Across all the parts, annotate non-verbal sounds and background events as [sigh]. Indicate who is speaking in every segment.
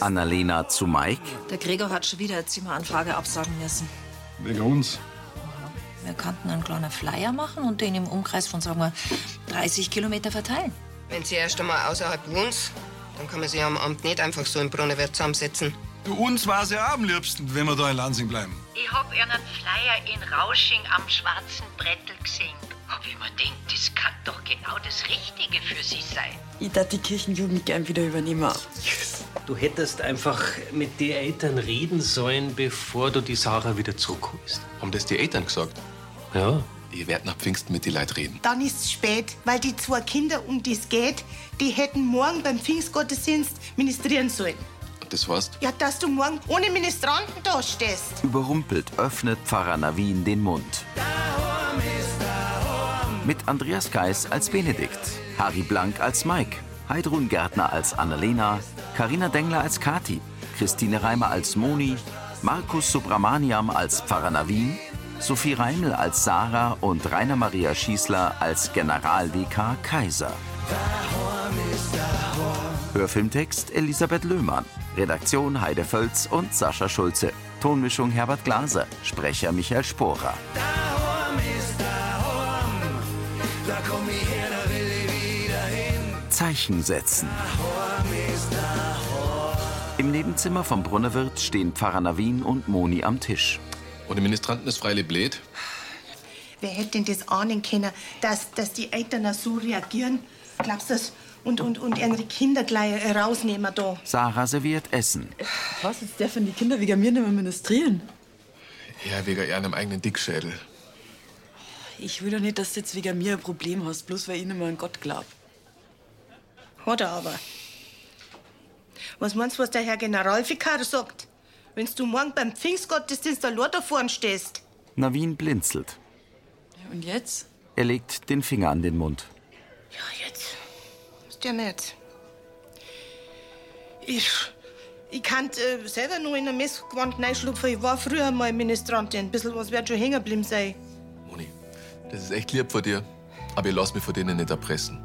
Speaker 1: Annalena zu Mike.
Speaker 2: Der Gregor hat schon wieder eine Zimmeranfrage absagen müssen.
Speaker 3: Wegen uns.
Speaker 2: Wir könnten einen kleinen Flyer machen und den im Umkreis von, sagen wir, 30 Kilometer verteilen.
Speaker 4: Wenn sie erst einmal außerhalb wohnt, dann kann man sie am Abend nicht einfach so im Brunnenwirt zusammensetzen.
Speaker 3: Uns war es ja am liebsten, wenn wir da in Lansing bleiben.
Speaker 5: Ich hab einen Flyer in Rausching am schwarzen Brettel gesehen. Hab ich mir gedacht, das kann doch genau das Richtige für sie sein.
Speaker 6: Ich darf die Kirchenjugend gern wieder übernehmen.
Speaker 7: Du hättest einfach mit den Eltern reden sollen, bevor du die Sarah wieder zurückholst.
Speaker 8: Haben das die Eltern gesagt?
Speaker 7: Ja.
Speaker 8: Ich werd nach Pfingsten mit die Leuten reden.
Speaker 9: Dann ist's spät, weil die zwei Kinder, um die es geht, die hätten morgen beim Pfingstgottesdienst ministrieren sollen.
Speaker 8: Das heißt,
Speaker 9: Ja, dass du morgen ohne Ministranten dastehst.
Speaker 1: Überrumpelt öffnet Pfarrer Navin den Mund. Mit Andreas Geis als Benedikt, Harry Blank als Mike, Heidrun Gärtner als Annalena, Karina Dengler als Kati, Christine Reimer als Moni, Markus Subramaniam als Pfarrer Navin, Sophie Reimel als Sarah und Rainer Maria Schießler als Generalvikar Kaiser. Hörfilmtext Elisabeth Löhmann. Redaktion Heide Völz und Sascha Schulze. Tonmischung Herbert Glaser. Sprecher Michael Sporer. Zeichen setzen. Im Nebenzimmer vom Brunnerwirt stehen Pfarrer Navin und Moni am Tisch.
Speaker 8: ohne Ministranten ist freilich blöd.
Speaker 9: Wer hätte denn das ahnen können, dass, dass die Eltern auch so reagieren? Glaubst du das? Und, und, und ihre Kinder gleich rausnehmen da.
Speaker 1: Sarah serviert Essen.
Speaker 6: Was, jetzt dürfen die Kinder wegen mir nicht mehr ministrieren?
Speaker 8: Ja, wegen ihrem eigenen Dickschädel.
Speaker 6: Ich will doch nicht, dass du jetzt wegen mir ein Problem hast, bloß weil ich nicht mehr an Gott glaub.
Speaker 9: Hat er aber. Was meinst du, was der Herr Generalvikar sagt? Wenn du morgen beim Pfingstgottesdienst allein da vorne stehst.
Speaker 1: Navin blinzelt.
Speaker 6: Und jetzt?
Speaker 1: Er legt den Finger an den Mund.
Speaker 9: Ja, jetzt. Ist ja nicht. Ich. Ich kann äh, selber nur in ein Messgewand reinschlupfen. Ich war früher mal Ministrantin. Ein bisschen was wird schon hängen geblieben sein.
Speaker 8: Moni, das ist echt lieb von dir. Aber ich lass mich von denen nicht erpressen.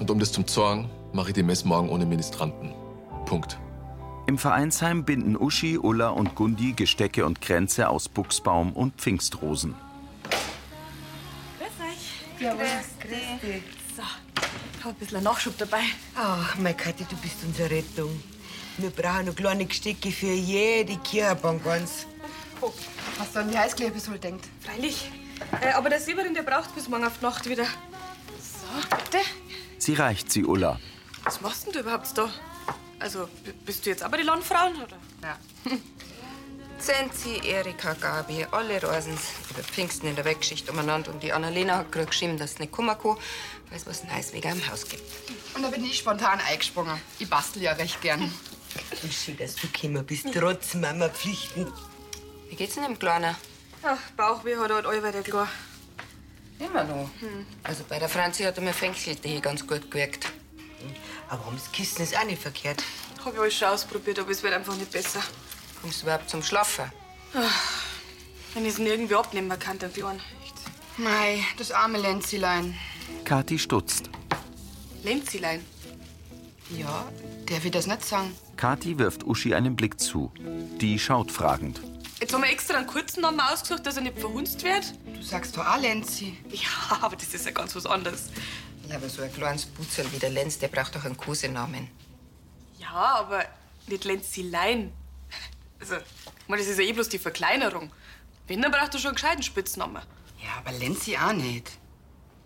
Speaker 8: Und um das zum Zorn, mache ich die Mess morgen ohne Ministranten. Punkt.
Speaker 1: Im Vereinsheim binden Uschi, Ulla und Gundi Gestecke und Kränze aus Buchsbaum und Pfingstrosen.
Speaker 2: Ich hab ein bisschen Nachschub dabei.
Speaker 10: Ach, meine Kathi, du bist unsere Rettung. Wir brauchen noch kleine Gestecke für jede Kirchenbank ganz.
Speaker 11: Hast du an die Heißklebesol denkt? Freilich. Äh, aber der Silberin, der braucht bis morgen auf die Nacht wieder. So, bitte.
Speaker 1: Sie reicht sie Ulla.
Speaker 11: Was machst denn du überhaupt da? Also, b- bist du jetzt aber die Landfrauen, oder?
Speaker 4: Ja. Senzi, Erika, Gabi, alle Reusens. Über Pfingsten in der Weggeschichte umeinander und die Annalena hat gerade geschrieben, dass es nicht kommen kann, weil es was Neues wegen im Haus gibt.
Speaker 12: Und da bin ich spontan eingesprungen. Ich bastel ja recht gern.
Speaker 10: Und schön, dass du gekommen bist, trotz Mama Pflichten.
Speaker 4: Wie geht's denn dem Kleinen?
Speaker 11: Ach, Bauchweh hat halt heute allweil der klar.
Speaker 4: Immer noch. Also bei der Franzi hat er mir Fängseltee ganz gut gewirkt.
Speaker 10: Aber ums Kissen ist auch nicht verkehrt.
Speaker 11: Hab ich alles schon ausprobiert, aber es wird einfach nicht besser.
Speaker 4: Kommst du überhaupt zum Schlafen?
Speaker 11: Ach, wenn ich es irgendwie abnehmen kann, dann Björn.
Speaker 12: Mei, das arme Lenzilein.
Speaker 1: Kathi stutzt.
Speaker 12: Lenzilein? Ja, der will das nicht sagen.
Speaker 1: Kathi wirft Uschi einen Blick zu. Die schaut fragend.
Speaker 11: Jetzt haben wir extra einen kurzen Namen ausgesucht, dass er nicht verhunzt wird.
Speaker 12: Du sagst doch auch Lenzi.
Speaker 4: [laughs]
Speaker 11: Ja, aber das ist ja ganz was anderes.
Speaker 4: Ja, aber so ein kleines Putzel wie der Lenz, der braucht doch einen Kosenamen.
Speaker 11: Ja, aber nicht Lenzilein. Also, ich meine, das ist ja eh bloß die Verkleinerung. Wenn, dann braucht er schon einen gescheiten Spitznamen.
Speaker 12: Ja, aber Lenzi
Speaker 4: Ah,
Speaker 12: auch nicht.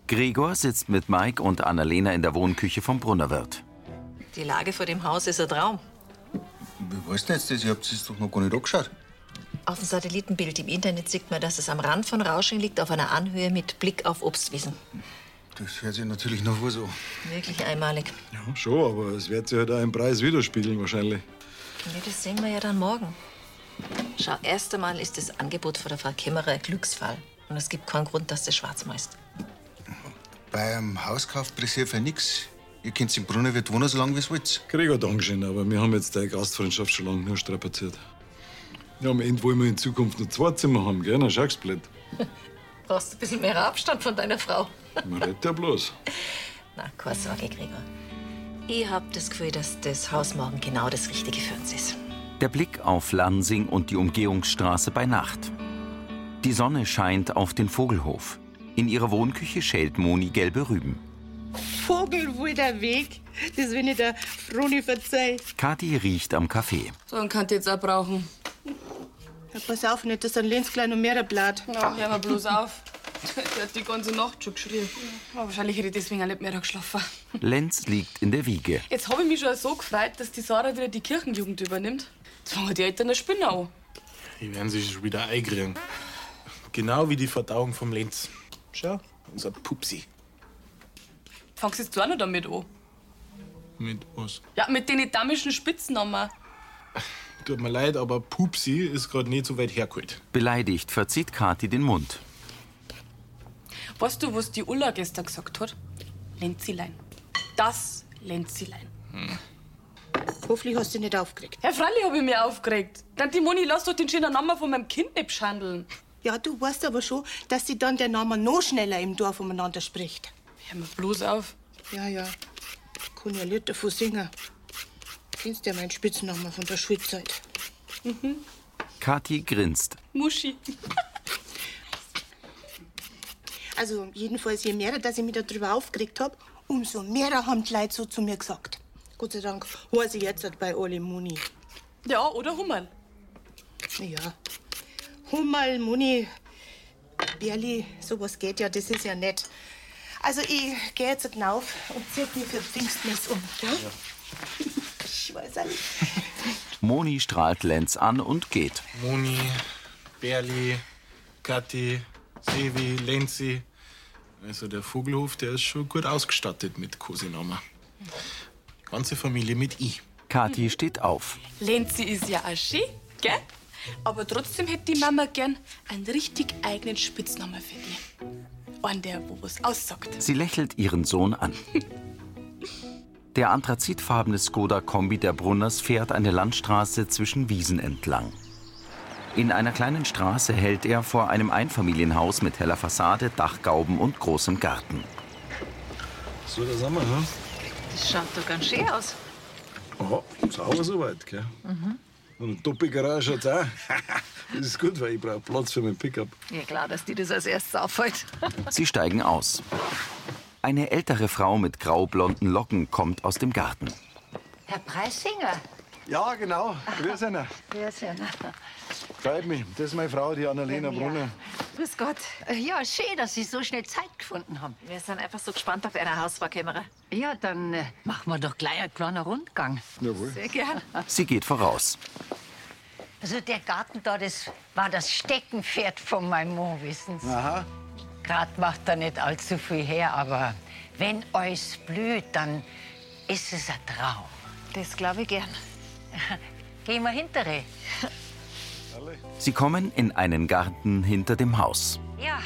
Speaker 1: Gregor sitzt mit Mike und Annalena in der Wohnküche vom Brunnerwirt.
Speaker 2: Die Lage vor dem Haus ist ein Traum.
Speaker 13: Wie weißt du jetzt das? Ich hab's jetzt doch noch gar nicht angeschaut.
Speaker 2: Auf dem Satellitenbild im Internet sieht man, dass es am Rand von Rausching liegt, auf einer Anhöhe mit Blick auf Obstwiesen.
Speaker 3: Das hört sich natürlich noch was an.
Speaker 2: Wirklich einmalig.
Speaker 3: Ja, schon, aber es wird sich halt auch im Preis widerspiegeln, wahrscheinlich.
Speaker 2: Ja, das sehen wir ja dann morgen. Schau, erst einmal ist das Angebot von der Frau Kämmerer ein Glücksfall. Und es gibt keinen Grund, dass du schwarz malst.
Speaker 13: Beim Hauskauf pressiert für nix. Ihr könnt im Brunnenwirt wohnen, so lange wie ihr wollt.
Speaker 3: Gregor, Dankeschön, aber wir haben jetzt deine Gastfreundschaft schon lange nur strapaziert. Ja, am Ende wollen wir in Zukunft noch zwei Zimmer haben, gell? Na, schau's blöd.
Speaker 2: Brauchst ein bisschen mehr Abstand von deiner Frau.
Speaker 3: Man redet ja bloß.
Speaker 2: Na, keine Sorge, Gregor. Ich habe das Gefühl, dass das Haus morgen genau das Richtige für uns ist.
Speaker 1: Der Blick auf Lansing und die Umgehungsstraße bei Nacht. Die Sonne scheint auf den Vogelhof. In ihrer Wohnküche schält Moni gelbe Rüben.
Speaker 9: Vogelwilder Weg. Das will ich der Froni verzeihen.
Speaker 1: Kathi riecht am Kaffee.
Speaker 9: So, und kann jetzt abbrauchen. Ja, pass auf nicht, das ist ein Lenz klein und mehr Blatt.
Speaker 11: Na, hör mal bloß auf. Der hat die ganze Nacht schon geschrien. Aber wahrscheinlich hätte ich deswegen auch nicht mehr geschlafen.
Speaker 1: Lenz liegt in der Wiege.
Speaker 11: Jetzt habe ich mich schon so gefreut, dass die Sarah wieder die Kirchenjugend übernimmt. Jetzt fangen die Eltern eine Spinne an.
Speaker 3: Die werden sich schon wieder einkriegen. Genau wie die Verdauung vom Lenz. Schau, unser Pupsi.
Speaker 11: Fangst jetzt du auch noch damit an?
Speaker 3: Mit was?
Speaker 11: Ja, mit den damischen Spitznamen.
Speaker 3: Tut mir leid, aber Pupsi ist gerade nicht so weit hergeholt.
Speaker 1: Beleidigt verzieht Kathi den Mund.
Speaker 11: Weißt du, was die Ulla gestern gesagt hat? Lenzilein. Das Lenzilein.
Speaker 9: Hoffentlich hast du dich nicht aufgeregt.
Speaker 11: Herr Freilich habe ich mich aufgeregt. Dann die Moni, lass doch den schönen Namen von meinem Kind nicht beschandeln.
Speaker 9: Ja, du weißt aber schon, dass sie dann der Name noch schneller im Dorf umeinander spricht.
Speaker 11: Hör mal bloß auf.
Speaker 9: Ja, ja. Kann ja Lied davon singen. Kennst ja meinen Spitznamen von der Schulzeit. Mhm.
Speaker 1: Kathi grinst.
Speaker 11: Muschi.
Speaker 9: [laughs] Also, jedenfalls, je mehr, dass ich mich darüber aufgeregt habe, umso mehr haben die Leute so zu mir gesagt. Gott sei Dank weiß ich jetzt halt bei Ole Muni.
Speaker 11: Ja, oder Hummerl.
Speaker 9: Ja. Hummerl, Muni, Berli, sowas geht ja, das ist ja nett. Also, ich gehe jetzt hinauf und zieh mich für Pfingstmess um. Ja? [laughs] Ich weiß auch nicht.
Speaker 1: Moni strahlt Lenz an und geht.
Speaker 3: Moni, Berli, Kathi, Sevi, Lenzi. Also der Vogelhof, der ist schon gut ausgestattet mit Kosinama. Ganze Familie mit I.
Speaker 1: Kathi steht auf.
Speaker 11: Lenzi ist ja auch schön, gell? Aber trotzdem hätte die Mama gern einen richtig eigenen Spitznamen für dich. Einen, der wo was aussagt.
Speaker 1: Sie lächelt ihren Sohn an. Der anthrazitfarbene Skoda-Kombi der Brunners fährt eine Landstraße zwischen Wiesen entlang. In einer kleinen Straße hält er vor einem Einfamilienhaus mit heller Fassade, Dachgauben und großem Garten.
Speaker 3: So, da sind wir, ne?
Speaker 2: Das schaut doch ganz schön aus.
Speaker 3: Aha, sauber soweit, gell?
Speaker 2: Mhm.
Speaker 3: Und eine Doppelgarage hat's auch. [laughs] das ist gut, weil ich brauche Platz für meinen Pickup.
Speaker 2: Ja, klar, dass die das als erstes [laughs] auffällt.
Speaker 1: Sie steigen aus. Eine ältere Frau mit graublonden Locken kommt aus dem Garten.
Speaker 5: Herr Preisinger.
Speaker 3: Ja, genau. Grüß einer.
Speaker 5: Wer ist denn?
Speaker 3: Freut mich. Das ist meine Frau, die Annalena
Speaker 5: Ja.
Speaker 3: Brunner.
Speaker 5: Grüß Gott. Ja, schön, dass Sie so schnell Zeit gefunden haben.
Speaker 2: Wir sind einfach so gespannt auf eine Hausfahrkämmerer.
Speaker 5: Ja, dann äh, machen wir doch gleich einen kleinen Rundgang.
Speaker 3: Jawohl.
Speaker 5: Sehr gern.
Speaker 1: Sie geht voraus.
Speaker 5: Also der Garten da, das war das Steckenpferd von meinem Mo, wissen Sie.
Speaker 3: Aha.
Speaker 5: Grad macht er nicht allzu viel her, aber wenn euch blüht, dann ist es ein Traum. Das glaube ich gern. Gehen wir hintere.
Speaker 1: Sie kommen in einen Garten hinter dem Haus.
Speaker 5: Ja,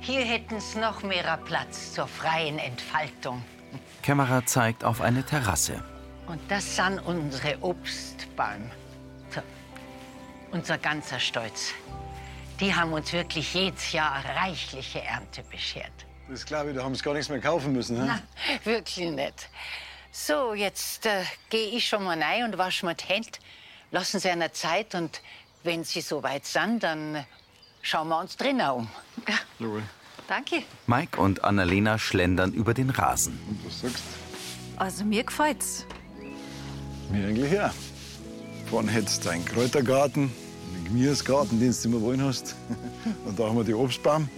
Speaker 5: hier hätten sie noch mehr Platz zur freien Entfaltung.
Speaker 1: Kämmerer zeigt auf eine Terrasse.
Speaker 5: Und das sind unsere Obstbäume. So. Unser ganzer Stolz. Die haben uns wirklich jedes Jahr reichliche Ernte beschert.
Speaker 3: Das glaube ich, da haben sie gar nichts mehr kaufen müssen. He?
Speaker 5: [laughs] Wirklich nett. So, jetzt äh, gehe ich schon mal rein und wasche mir die Hände. Lassen Sie einer Zeit und wenn Sie soweit sind, dann äh, schauen wir uns drinnen um.
Speaker 3: Jawohl.
Speaker 2: Danke.
Speaker 1: Mike und Annalena schlendern über den Rasen.
Speaker 3: Was sagst
Speaker 2: Also mir gefällt's.
Speaker 3: du? Mir eigentlich ja. Vorne hättest du einen Kräutergarten, einen Gemüsegarten, den du immer wollen hast. [laughs] Und da haben wir die Obstbaum.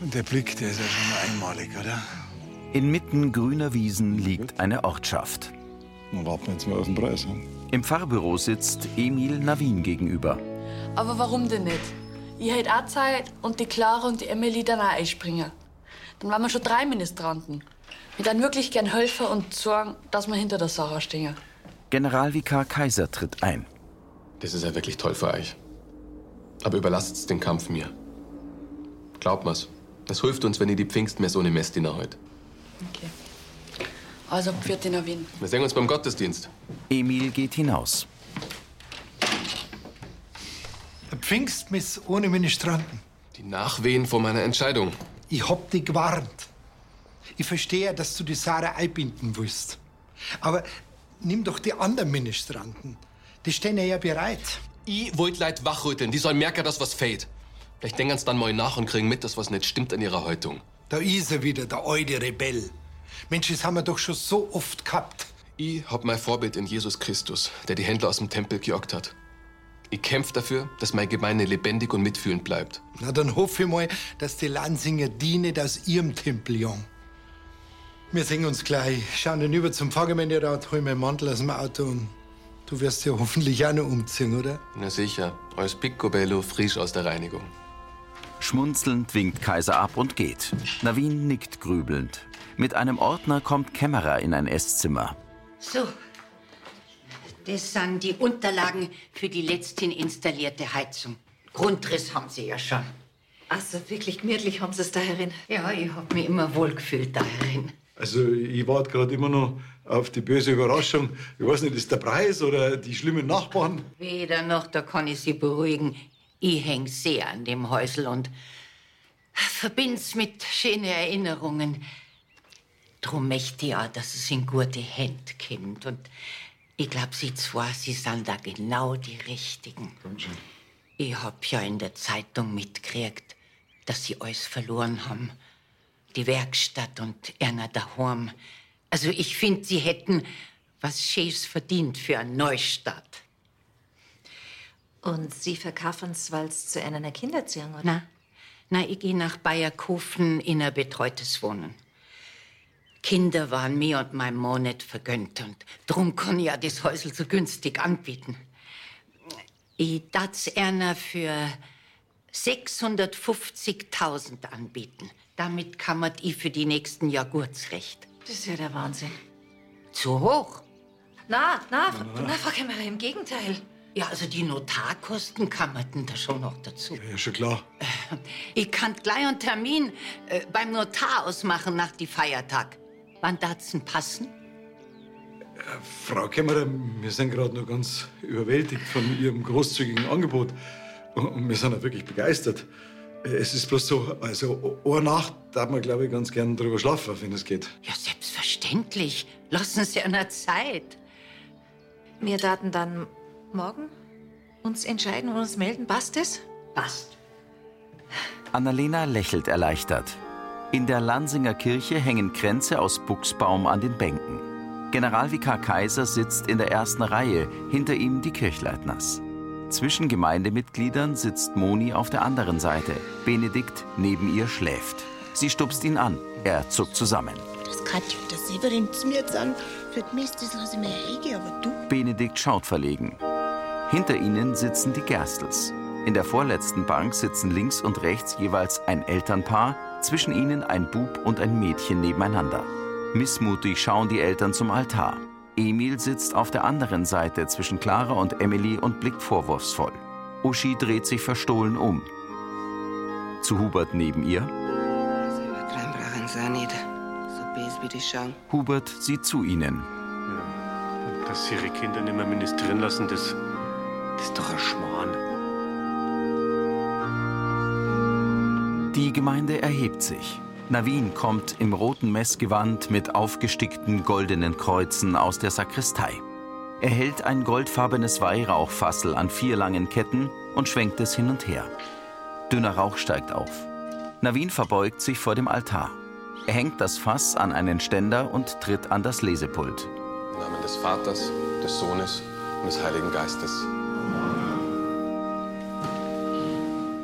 Speaker 3: Und der Blick, der ist ja schon mal einmalig, oder?
Speaker 1: Inmitten grüner Wiesen liegt eine Ortschaft.
Speaker 3: Dann warten wir jetzt mal auf den Preis. ne?
Speaker 1: Im Fahrbüro sitzt Emil Navin gegenüber.
Speaker 11: Aber warum denn nicht? Ich hätte auch Zeit und die Clara und die Emily dann auch einspringen. Dann waren wir schon drei Ministranten. Ich dann wirklich gern helfen und sorgen, dass wir hinter der Sarah stehen.
Speaker 1: Generalvikar Kaiser tritt ein.
Speaker 8: Das ist ja wirklich toll für euch. Aber überlasst den Kampf mir. Glaubt mir's. Es hilft uns, wenn ihr die Pfingstmesse ohne Messdiener heute.
Speaker 11: Also pfiat in Wien.
Speaker 8: Wir sehen uns beim Gottesdienst.
Speaker 1: Emil geht hinaus.
Speaker 14: Pfingstmiss ohne Ministranten.
Speaker 8: Die Nachwehen vor meiner Entscheidung.
Speaker 14: Ich hab dich gewarnt. Ich verstehe ja, dass du die Sarah einbinden willst. Aber nimm doch die anderen Ministranten. Die stehen ja bereit.
Speaker 8: Ich wollt Leid wachrütteln, die sollen merken, dass was fehlt. Vielleicht denken sie dann mal nach und kriegen mit, dass was nicht stimmt an ihrer Haltung.
Speaker 14: Da ist er wieder, der alte Rebell. Mensch, das haben wir doch schon so oft gehabt.
Speaker 8: Ich hab mein Vorbild in Jesus Christus, der die Händler aus dem Tempel gejagt hat. Ich kämpf dafür, dass meine Gemeinde lebendig und mitfühlend bleibt.
Speaker 14: Na, dann hoffe ich mal, dass die Lansinger dienen aus ihrem Tempeljon. Wir sehen uns gleich. Schauen dann über zum Pfarrgemeinderat, hol meinen Mantel aus dem Auto und du wirst ja hoffentlich auch noch umziehen, oder?
Speaker 8: Na sicher, als Picobello frisch aus der Reinigung.
Speaker 1: Schmunzelnd winkt Kaiser ab und geht. Navin nickt grübelnd. Mit einem Ordner kommt Kämmerer in ein Esszimmer.
Speaker 5: So, das sind die Unterlagen für die letzthin installierte Heizung. Grundriss haben Sie ja schon.
Speaker 2: Also wirklich gemütlich haben sie es da herin.
Speaker 5: Ja, ich hab mich immer wohl gefühlt da herin.
Speaker 3: Also, ich warte gerade immer noch auf die böse Überraschung. Ich weiß nicht, ist der Preis oder die schlimmen Nachbarn?
Speaker 5: Weder noch, da kann ich Sie beruhigen. Ich häng sehr an dem Häusl und verbind's mit schönen Erinnerungen. Drum möchte ich auch, dass es in gute Hände kommt. Und ich glaub, Sie zwei, Sie sind da genau die Richtigen.
Speaker 3: Dankeschön.
Speaker 5: Ich hab ja in der Zeitung mitgekriegt, dass Sie alles verloren haben. Die Werkstatt und Erna daheim. Also ich find, Sie hätten was Schönes verdient für einen Neustart.
Speaker 2: Und sie verkaufen es, weil es zu einer Kinderziehung, oder?
Speaker 5: Na, na ich geh nach Bayerkofen in ein betreutes Wohnen. Kinder waren mir und meinem Mann nicht vergönnt und drum kann ich ja das Häusl so günstig anbieten. Ich tat's Erna für 650.000 anbieten. Damit kammert ich für die nächsten Jahrgurtsrecht.
Speaker 2: Das ist ja der Wahnsinn.
Speaker 5: Zu hoch?
Speaker 2: Na, na, na, Frau Kämmerer, im Gegenteil.
Speaker 5: Ja, also die Notarkosten kammerten da schon noch dazu. Äh,
Speaker 3: Ja, schon klar.
Speaker 5: Ich kann gleich einen Termin äh, beim Notar ausmachen nach die Feiertag. Wann datzen passen?
Speaker 3: Frau Kämmerer, wir sind gerade noch ganz überwältigt von Ihrem großzügigen Angebot. Und wir sind auch wirklich begeistert. Es ist bloß so, also, eine Nacht darf man, glaube ich, ganz gern drüber schlafen, wenn es geht.
Speaker 5: Ja, selbstverständlich. Lassen Sie einer Zeit.
Speaker 2: Wir daten dann morgen uns entscheiden und uns melden. Passt das?
Speaker 5: Passt.
Speaker 1: Annalena lächelt erleichtert. In der Lansinger Kirche hängen Kränze aus Buchsbaum an den Bänken. Generalvikar Kaiser sitzt in der ersten Reihe, hinter ihm die Kirchleitners. Zwischen Gemeindemitgliedern sitzt Moni auf der anderen Seite. Benedikt neben ihr schläft. Sie stupst ihn an. Er zuckt zusammen.
Speaker 15: Das Katja und der Severin zu mir jetzt an. Für mich ist das lasse ich mir hege, aber du.
Speaker 1: Benedikt schaut verlegen. Hinter ihnen sitzen die Gerstels. In der vorletzten Bank sitzen links und rechts jeweils ein Elternpaar, zwischen ihnen ein Bub und ein Mädchen nebeneinander. Missmutig schauen die Eltern zum Altar. Emil sitzt auf der anderen Seite zwischen Clara und Emily und blickt vorwurfsvoll. Uschi dreht sich verstohlen um. Zu Hubert neben ihr.
Speaker 4: Dran brauchen sie auch nicht. So böse wie die schauen.
Speaker 1: Hubert sieht zu ihnen.
Speaker 7: Dass sie ihre Kinder nicht mehr ministrieren lassen, das, das ist doch ein Schmarrn.
Speaker 1: Die Gemeinde erhebt sich. Navin kommt im roten Messgewand mit aufgestickten goldenen Kreuzen aus der Sakristei. Er hält ein goldfarbenes Weihrauchfassel an vier langen Ketten und schwenkt es hin und her. Dünner Rauch steigt auf. Navin verbeugt sich vor dem Altar. Er hängt das Fass an einen Ständer und tritt an das Lesepult.
Speaker 8: Im Namen des Vaters, des Sohnes und des Heiligen Geistes.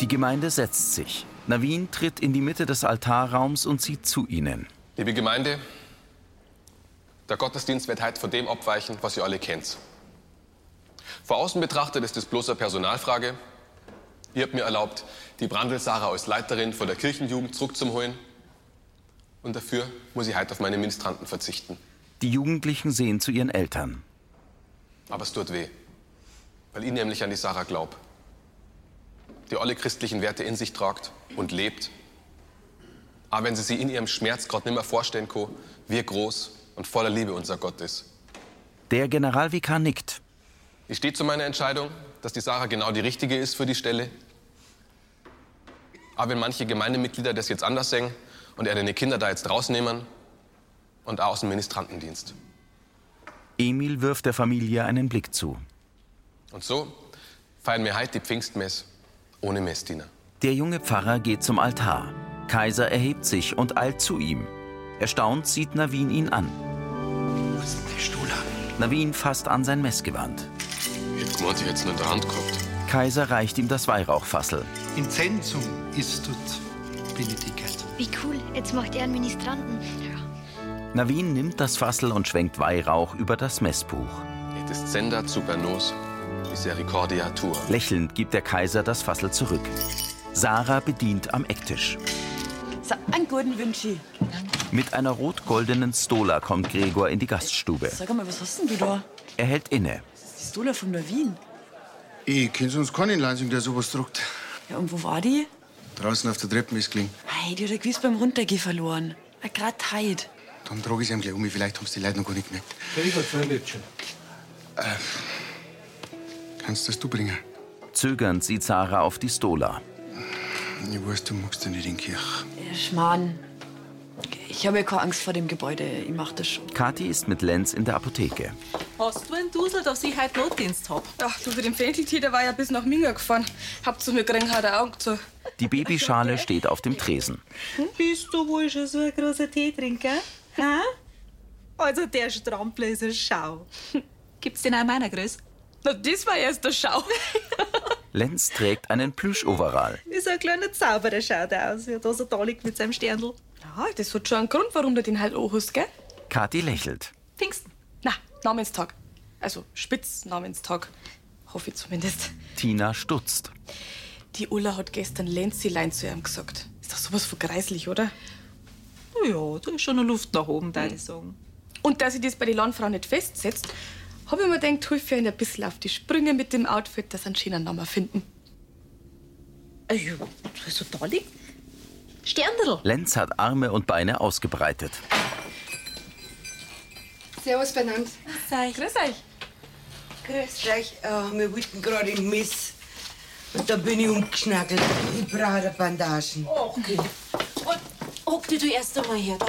Speaker 1: Die Gemeinde setzt sich. Navin tritt in die Mitte des Altarraums und sieht zu ihnen.
Speaker 8: Liebe Gemeinde, der Gottesdienst wird heute von dem abweichen, was ihr alle kennt. Von außen betrachtet ist es bloß eine Personalfrage. Ihr habt mir erlaubt, die Brandl Sarah als Leiterin von der Kirchenjugend zurückzuholen. Und dafür muss ich heute auf meine Ministranten verzichten.
Speaker 1: Die Jugendlichen sehen zu ihren Eltern.
Speaker 8: Aber es tut weh, weil ich nämlich an die Sarah glaub, die alle christlichen Werte in sich tragt und lebt. Aber wenn sie sich in ihrem Schmerz gerade nimmer vorstellen kann, wie groß und voller Liebe unser Gott ist.
Speaker 1: Der Generalvikar nickt.
Speaker 8: Ich stehe zu meiner Entscheidung, dass die Sarah genau die richtige ist für die Stelle. Aber wenn manche Gemeindemitglieder das jetzt anders sehen und er deine Kinder da jetzt rausnehmen, und auch aus dem Ministrantendienst.
Speaker 1: Emil wirft der Familie einen Blick zu.
Speaker 8: Und so feiern wir heute die Pfingstmess ohne Messdiener.
Speaker 1: Der junge Pfarrer geht zum Altar. Kaiser erhebt sich und eilt zu ihm. Erstaunt sieht Navin ihn an. Navin fasst an sein Messgewand.
Speaker 8: Ich hab gemeint, ich hätte es in der Hand gehabt.
Speaker 1: Kaiser reicht ihm das Weihrauchfassel.
Speaker 14: In Zensum istut benedicat.
Speaker 16: Wie cool, jetzt macht er einen Ministranten.
Speaker 1: Navin nimmt das Fassel und schwenkt Weihrauch über das Messbuch.
Speaker 8: Et ist Senda Zubernos, Misericordia Tua.
Speaker 1: Lächelnd gibt der Kaiser das Fassel zurück. Sarah bedient am Ecktisch.
Speaker 6: So, einen guten Wünschi.
Speaker 1: Mit einer rot-goldenen Stola kommt Gregor in die Gaststube.
Speaker 6: Sag mal, was hast denn du da?
Speaker 1: Er hält inne.
Speaker 6: Das ist die Stola von der Wien.
Speaker 17: Ich kenn sonst keinen in Lansing, der sowas druckt.
Speaker 6: Ja, und wo war die?
Speaker 17: Draußen auf der Treppe ist gelegen.
Speaker 6: Hey, die hat er gewiss beim Runtergehen verloren. Ah, Grad heit.
Speaker 17: Dann trage ich ihm gleich um, vielleicht haben die Leute noch gar nicht gemerkt.
Speaker 14: Gregor, zwei Mädchen.
Speaker 17: Äh, Kannst das du bringen?
Speaker 1: Zögernd sieht Sarah auf die Stola.
Speaker 17: Ich weiß, du magst ja nicht in die Kirche.
Speaker 6: Äh, Schmarrn. Ich habe ja keine Angst vor dem Gebäude. Ich mach das schon.
Speaker 1: Kathi ist mit Lenz in der Apotheke.
Speaker 11: Hast du einen Dusel, dass ich heute Notdienst hab?
Speaker 18: Ach, du, für den Fencheltier, der war ja bis nach Minga gefahren. Hab zu mir gekriegt, hat er Augen zu.
Speaker 1: Die Babyschale steht auf dem Tresen.
Speaker 18: Bist du wohl schon so ein großer Teetrinker? Ha? Also, der Strampler ist eine Schau. Gibt's den auch in meiner Größe? Na, das war erst der Schau.
Speaker 1: Lenz trägt einen Plüschoverall.
Speaker 18: Wie so ein kleiner Zauberer schaut er aus, wie da so da liegt mit seinem Sternl.
Speaker 11: Ja, das hat schon einen Grund, warum du den halt anhast, gell?
Speaker 1: Kathi lächelt.
Speaker 11: Pfingsten. Na, Namenstag. Also Spitznamenstag. Hoffe ich zumindest.
Speaker 1: Tina stutzt.
Speaker 11: Die Ulla hat gestern Lenzilein zu ihm gesagt. Ist doch sowas von greislich, oder? Ja, da ist schon eine Luft nach oben,
Speaker 18: würd ich
Speaker 11: sagen. Und dass sich das bei den Landfrauen nicht festsetzt, habe ich mir gedacht, hilf ich ihnen ein bisschen auf die Sprünge mit dem Outfit, dass sie einen schönen Namen finden. Äh, Ja, so da liegt. Sternl.
Speaker 1: Lenz hat Arme und Beine ausgebreitet.
Speaker 18: Servus, benannt. Grüß euch. Grüß euch.
Speaker 10: Grüß euch, äh, wir wollten gerade in Mess. Und da bin ich umgeschnackelt. Ich brauche Bandagen. Okay.
Speaker 12: Hock dich du erst einmal her. Da.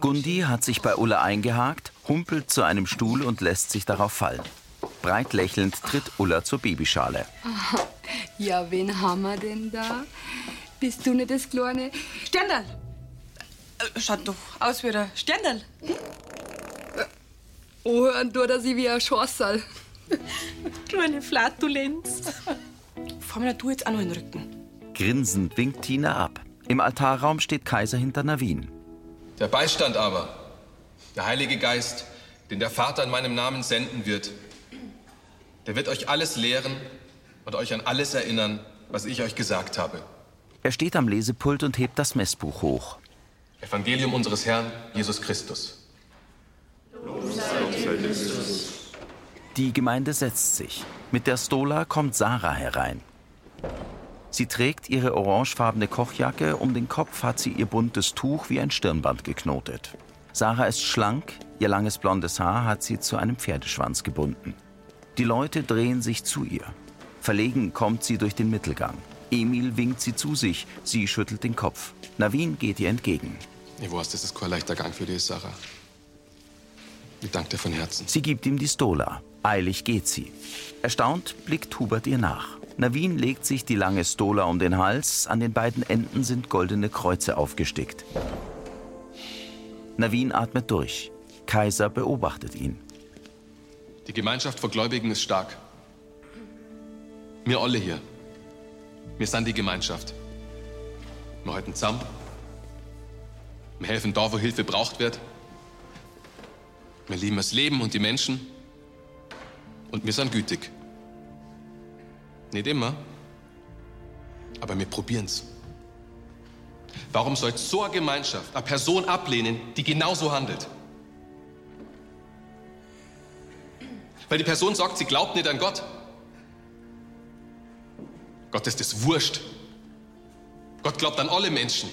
Speaker 1: Gundi hat sich bei Ulla eingehakt, humpelt zu einem Stuhl und lässt sich darauf fallen. Breit lächelnd tritt Ulla zur Babyschale.
Speaker 19: Ja, wen haben wir denn da? Bist du nicht das kleine?
Speaker 11: Sterndal! Äh, Schaut doch aus wie der Hm? Sterndal.
Speaker 19: Oh, hören du, dass ich wie ein
Speaker 6: [laughs]
Speaker 19: Schossal.
Speaker 11: Kleine Flatulenz. Fahr mir da du jetzt auch noch in den Rücken.
Speaker 1: Grinsend winkt Tina ab. Im Altarraum steht Kaiser hinter Navin.
Speaker 8: Der Beistand aber, der Heilige Geist, den der Vater in meinem Namen senden wird, der wird euch alles lehren und euch an alles erinnern, was ich euch gesagt habe.
Speaker 1: Er steht am Lesepult und hebt das Messbuch hoch.
Speaker 8: Evangelium unseres Herrn Jesus Christus.
Speaker 1: Die Gemeinde setzt sich. Mit der Stola kommt Sarah herein. Sie trägt ihre orangefarbene Kochjacke, um den Kopf hat sie ihr buntes Tuch wie ein Stirnband geknotet. Sarah ist schlank, ihr langes blondes Haar hat sie zu einem Pferdeschwanz gebunden. Die Leute drehen sich zu ihr. Verlegen kommt sie durch den Mittelgang. Emil winkt sie zu sich, sie schüttelt den Kopf. Navin geht ihr entgegen.
Speaker 8: Ich weiß, das ist kein leichter Gang für dich, Sarah. Ich danke dir von Herzen.
Speaker 1: Sie gibt ihm die Stola. Eilig geht sie. Erstaunt blickt Hubert ihr nach. Navin legt sich die lange Stola um den Hals, an den beiden Enden sind goldene Kreuze aufgestickt. Navin atmet durch. Kaiser beobachtet ihn.
Speaker 8: Die Gemeinschaft vor Gläubigen ist stark. Wir alle hier. Wir sind die Gemeinschaft. Wir halten zusammen. Wir helfen da, wo Hilfe braucht wird. Wir lieben das Leben und die Menschen. Und wir sind gütig. Nicht immer. Aber wir probieren's. Warum soll so eine Gemeinschaft eine Person ablehnen, die genauso handelt? Weil die Person sagt, sie glaubt nicht an Gott. Gott ist es wurscht. Gott glaubt an alle Menschen.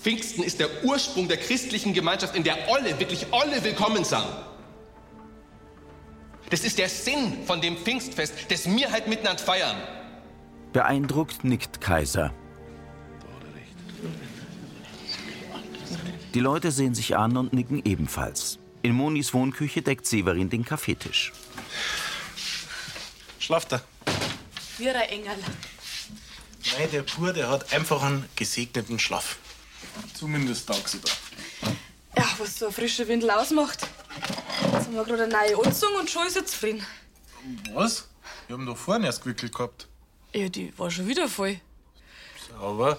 Speaker 8: Pfingsten ist der Ursprung der christlichen Gemeinschaft, in der alle, wirklich alle willkommen sind. Das ist der Sinn von dem Pfingstfest, das wir halt miteinander feiern.
Speaker 1: Beeindruckt nickt Kaiser. Die Leute sehen sich an und nicken ebenfalls. In Monis Wohnküche deckt Severin den Kaffeetisch.
Speaker 20: Schlaft er.
Speaker 6: Wir ein Engel.
Speaker 20: Nein, der Pur, der hat einfach einen gesegneten Schlaf. Zumindest tagsüber.
Speaker 11: Ja, was so eine frische Windel ausmacht. Jetzt haben wir gerade eine neue Anzug und schon ist er zufrieden.
Speaker 20: Was? Wir haben doch vorhin erst gewickelt gehabt.
Speaker 11: Ja, die war schon wieder voll.
Speaker 20: Sauber.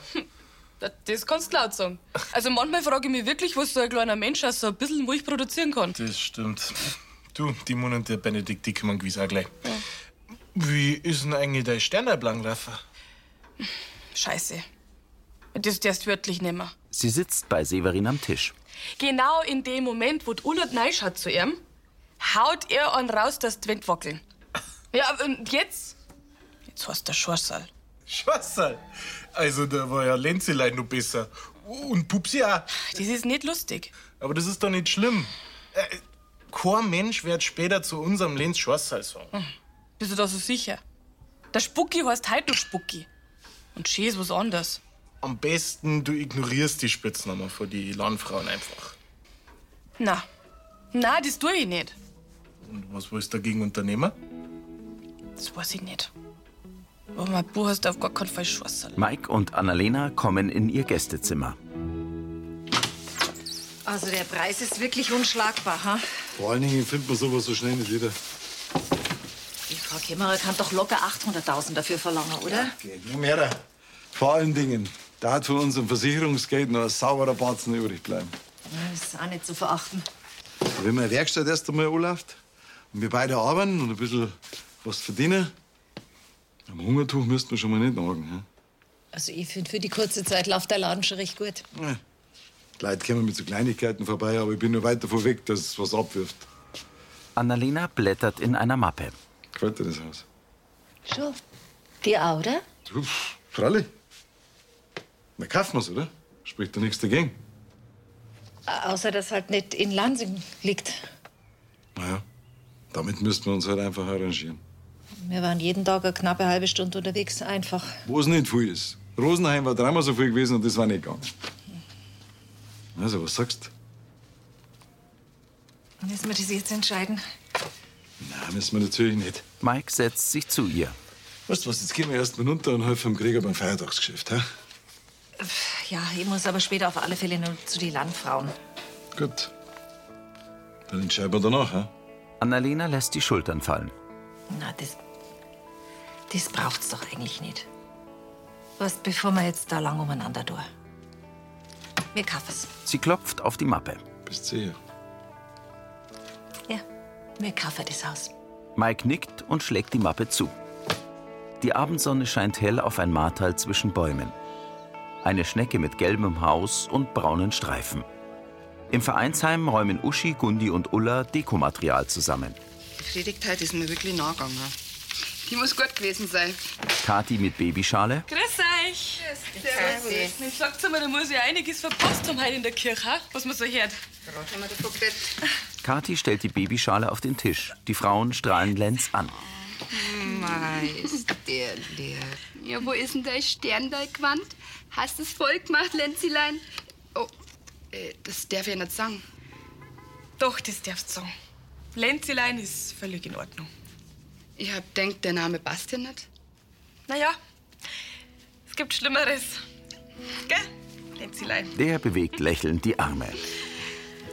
Speaker 11: Da- Das kannst du laut sagen. Also manchmal frage ich mich wirklich, was so ein kleiner Mensch aus so ein bisschen Milch produzieren kann.
Speaker 20: Das stimmt. Du, die Mon und der Benedikt, die kümmern gewiss auch gleich. Wie ist denn eigentlich dein Sternerblangraffer?
Speaker 11: Scheiße. Das darfst du wörtlich nehmen.
Speaker 1: Sie sitzt bei Severin am Tisch.
Speaker 11: Genau in dem Moment, wo die Ullert neischat zu ihm, haut er einen raus, dass die Wände wackeln. Ja, und jetzt? Jetzt hast du Schorsal.
Speaker 20: Schorsal? Also, da war ja Lenzelein noch besser. Und Pupsi auch.
Speaker 11: Das ist nicht lustig.
Speaker 20: Aber das ist doch nicht schlimm. Äh, Kein Mensch wird später zu unserem Lenz Schorsal sagen.
Speaker 11: Bist du da so sicher? Der Spucki heißt heute noch Spucki. Und Schee ist was anderes.
Speaker 20: Am besten, du ignorierst die Spitznamen von die Landfrauen einfach.
Speaker 11: Na, na, das tue ich nicht.
Speaker 20: Und was willst du dagegen unternehmen?
Speaker 11: Das weiß ich nicht. Aber mein Buch hast du auf gar keinen Fall Schorsal.
Speaker 1: Mike und Annalena kommen in ihr Gästezimmer.
Speaker 9: Also der Preis ist wirklich unschlagbar, ha?
Speaker 3: Vor allen Dingen findet man sowas so schnell nicht wieder.
Speaker 9: Die Frau Kämmerer kann doch locker 800.000 dafür verlangen, oder?
Speaker 3: Geht nur mehr. Vor allen Dingen, da hat von unserem Versicherungsgeld noch ein sauberer Batzen übrig bleiben.
Speaker 9: Das ist auch nicht zu verachten.
Speaker 3: Wenn meine Werkstatt erst einmal anläuft und wir beide arbeiten und ein bisschen was verdienen, am Hungertuch müssten wir schon mal nicht nagen. Ja?
Speaker 9: Also ich finde, für die kurze Zeit läuft der Laden schon recht gut.
Speaker 3: Die Leute kommen mit so Kleinigkeiten vorbei, aber ich bin nur weit davon weg, dass es was abwirft.
Speaker 1: Annalena blättert in einer Mappe.
Speaker 3: Gefällt dir das Haus?
Speaker 9: Schon. Dir auch, oder?
Speaker 3: Uff, Fralli. Na, kaufen wir's, oder? Spricht da nichts dagegen.
Speaker 9: Außer, dass halt nicht in Lansing liegt.
Speaker 3: Naja, damit müssten wir uns halt einfach arrangieren.
Speaker 9: Wir waren jeden Tag eine knappe halbe Stunde unterwegs, einfach.
Speaker 3: Wo es nicht viel ist. Rosenheim war dreimal so viel gewesen und das war nicht gegangen. Also, was sagst du?
Speaker 9: Müssen wir das jetzt entscheiden?
Speaker 3: Nein, müssen wir natürlich nicht.
Speaker 1: Mike setzt sich zu ihr.
Speaker 3: Weißt du was, jetzt gehen wir erst mal runter und helfen dem Gregor beim Feiertagsgeschäft. He?
Speaker 9: Ja, ich muss aber später auf alle Fälle nur zu den Landfrauen.
Speaker 3: Gut. Dann entscheiden wir danach. He?
Speaker 1: Annalena lässt die Schultern fallen.
Speaker 9: Na, das. Das braucht's doch eigentlich nicht. Was, bevor wir jetzt da lang umeinander tun. Wir kaffen's.
Speaker 1: Sie klopft auf die Mappe.
Speaker 3: Bist sicher?
Speaker 9: Ja, wir kaffen das Haus.
Speaker 1: Mike nickt und schlägt die Mappe zu. Die Abendsonne scheint hell auf ein Martal zwischen Bäumen. Eine Schnecke mit gelbem Haus und braunen Streifen. Im Vereinsheim räumen Uschi, Gundi und Ulla Dekomaterial zusammen.
Speaker 4: Predigtheit ist mir wirklich nah gegangen.
Speaker 12: Die muss gut gewesen sein.
Speaker 1: Kathi mit Babyschale,
Speaker 11: Grüß euch. Servus. Jetzt sagt's mal, da muss ich einiges verpasst haben heute in der Kirche, ha? was man so hört. Gerade haben wir davon geredet.
Speaker 1: Kathi stellt die Babyschale auf den Tisch. Die Frauen strahlen Lenz an.
Speaker 4: [laughs] Meisterlehr.
Speaker 19: Ja, wo ist denn dein Stern, dein Quant? Hast es voll gemacht, Lenzilein?
Speaker 12: Oh, äh, das darf ich nicht sagen.
Speaker 11: Doch, das darfst du sagen. Lenzilein ist völlig in Ordnung.
Speaker 12: Ich hab denkt, der Name passt dir nicht.
Speaker 11: Naja, es gibt Schlimmeres. Gell? Lenzilein.
Speaker 1: Der bewegt lächelnd die Arme.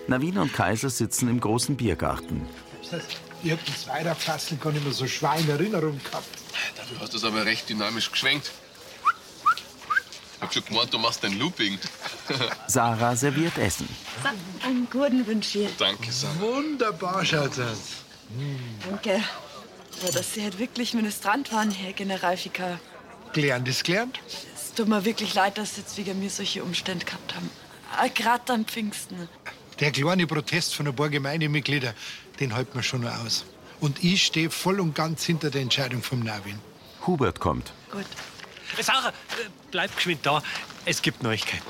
Speaker 1: Navin und Kaiser sitzen im großen Biergarten.
Speaker 14: Ich hab das Weiderpflassel gar nicht mehr so schwer in Erinnerung gehabt.
Speaker 8: Du hast das aber recht dynamisch geschwenkt. Ich hab schon gemeint, du machst ein Looping. [laughs]
Speaker 1: Sarah serviert Essen.
Speaker 15: Einen guten wünsche ich.
Speaker 8: Danke, Sarah.
Speaker 14: Wunderbar schaut das.
Speaker 6: Danke. Aber dass Sie halt wirklich Ministrant waren, Herr Generalvikar.
Speaker 14: Gelernt ist gelernt.
Speaker 6: Es tut mir wirklich leid, dass Sie jetzt wegen mir solche Umstände gehabt haben. Äh, Gerade am Pfingsten.
Speaker 14: Der kleine Protest von ein paar Gemeindemitgliedern, den halten wir schon noch aus. Und ich stehe voll und ganz hinter der Entscheidung vom Navin.
Speaker 1: Hubert kommt.
Speaker 7: Sarah, äh, bleib geschwind da. Es gibt Neuigkeiten.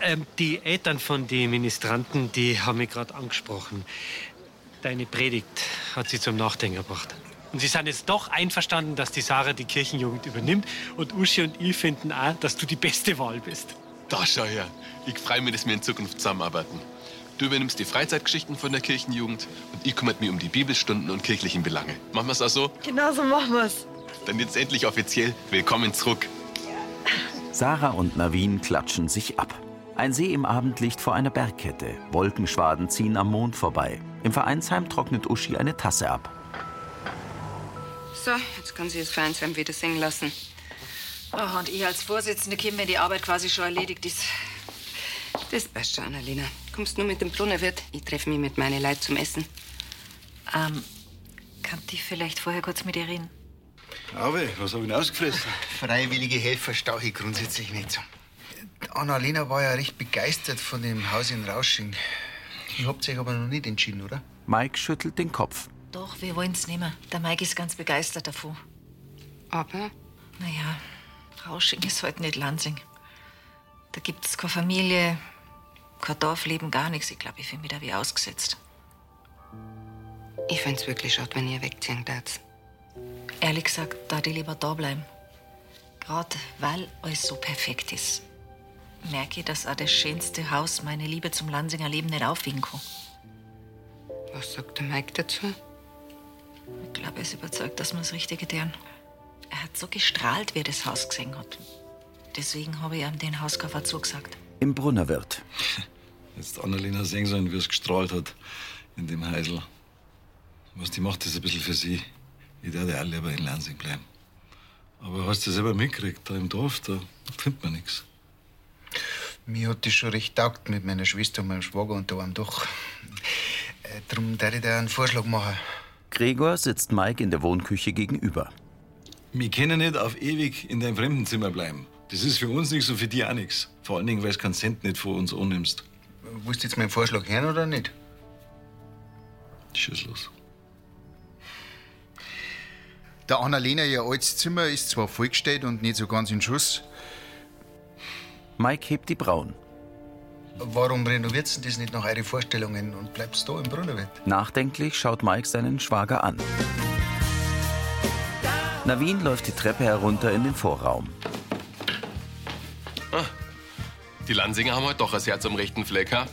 Speaker 7: Ähm, die Eltern von den Ministranten, die haben mich gerade angesprochen. Deine Predigt hat sie zum Nachdenken gebracht. Und sie sind jetzt doch einverstanden, dass die Sarah die Kirchenjugend übernimmt. Und Uschi und ich finden auch, dass du die beste Wahl bist.
Speaker 8: Da schau her. Ich freue mich, dass wir in Zukunft zusammenarbeiten. Du übernimmst die Freizeitgeschichten von der Kirchenjugend und ich kümmert mich um die Bibelstunden und kirchlichen Belange. Machen wir es auch so?
Speaker 6: Genau so machen wir's.
Speaker 8: Dann jetzt endlich offiziell willkommen zurück.
Speaker 1: Sarah und Navin klatschen sich ab. Ein See im Abendlicht vor einer Bergkette. Wolkenschwaden ziehen am Mond vorbei. Im Vereinsheim trocknet Uschi eine Tasse ab.
Speaker 4: So, jetzt kann sie das Vereinsheim wieder singen lassen. Ah,
Speaker 2: Oh, und ich als Vorsitzende komme, wenn die Arbeit quasi schon erledigt ist.
Speaker 4: Das passt schon, Annalena. Kommst nur mit dem Brunnerwirt. Ich treffe mich mit meinen Leuten zum Essen.
Speaker 2: Ähm, kann ich vielleicht vorher kurz mit ihr reden?
Speaker 21: Aber, was habe ich denn ausgefressen?
Speaker 13: [laughs] Freiwillige Helfer stauche ich grundsätzlich nicht. Annalena war ja recht begeistert von dem Haus in Rausching. Ihr habt euch aber noch nicht entschieden, oder?
Speaker 1: Mike schüttelt den Kopf.
Speaker 2: Doch, wir wollen's nehmen. Der Mike ist ganz begeistert davon.
Speaker 4: Aber?
Speaker 2: Naja, Rausching ist halt nicht Lansing. Da gibt's keine Familie, kein Dorfleben, gar nichts. Ich glaube, ich fühle mich da wie ausgesetzt.
Speaker 4: Ich find's wirklich schade, wenn ihr wegziehen darf.
Speaker 2: Ehrlich gesagt, da die lieber da bleiben. Gerade weil alles so perfekt ist, merke ich, dass auch das schönste Haus meine Liebe zum Lansinger Leben nicht aufwiegen kann.
Speaker 4: Was sagt der Mike dazu?
Speaker 2: Ich glaube, er ist überzeugt, dass wir das Richtige tun. Er hat so gestrahlt, wie er das Haus gesehen hat. Deswegen habe ich ihm den Hauskauf auch zugesagt.
Speaker 1: Im Brunnerwirt.
Speaker 3: [laughs] Jetzt Annalena sehen sollen, wie es gestrahlt hat in dem Heisel. Was die macht, ist ein bisschen für sie. Ich würde auch lieber in Lansing bleiben. Aber hast du selber mitgekriegt, da im Dorf, da findet man nichts.
Speaker 13: Mir hat das schon recht taugt mit meiner Schwester und meinem Schwager und da am Doch. Äh, Darum darf ich dir einen Vorschlag machen.
Speaker 1: Gregor sitzt Mike in der Wohnküche gegenüber.
Speaker 3: Wir können nicht auf ewig in deinem Fremdenzimmer bleiben. Das ist für uns nichts und für dich auch nichts. Vor allen Dingen, weil du keinen Cent nicht von uns annimmst.
Speaker 13: Willst du jetzt meinen Vorschlag hören oder nicht?
Speaker 3: Schieß los.
Speaker 13: Der Annalena, ihr altes Zimmer, ist zwar vollgestellt und nicht so ganz in Schuss.
Speaker 1: Mike hebt die Brauen.
Speaker 13: Warum renoviert ihr das nicht nach euren Vorstellungen und bleibt da im Brunnerwirt?
Speaker 1: Nachdenklich schaut Mike seinen Schwager an. Navin läuft die Treppe herunter in den Vorraum.
Speaker 8: Die Lansinger haben heute doch das Herz am rechten Fleck, ha?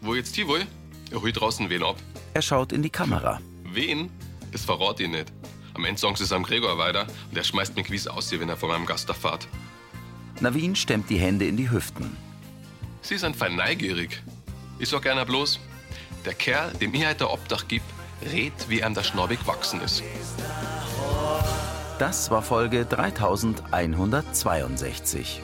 Speaker 8: Wo jetzt die wohl? Er holt draußen wen ab.
Speaker 1: Er schaut in die Kamera.
Speaker 8: Wen? Das verrat ich nicht. Am Ende sagen sie es am Gregor weiter und er schmeißt mir gewiss aus, wenn er vor meinem Gast erfahrt.
Speaker 1: Navin stemmt die Hände in die Hüften.
Speaker 8: Sie sind fein neugierig. Ich sag einer bloß, der Kerl, dem ihr heute Obdach gibt, redet, wie ihm der Schnorbig wachsen ist.
Speaker 1: Das war Folge 3162.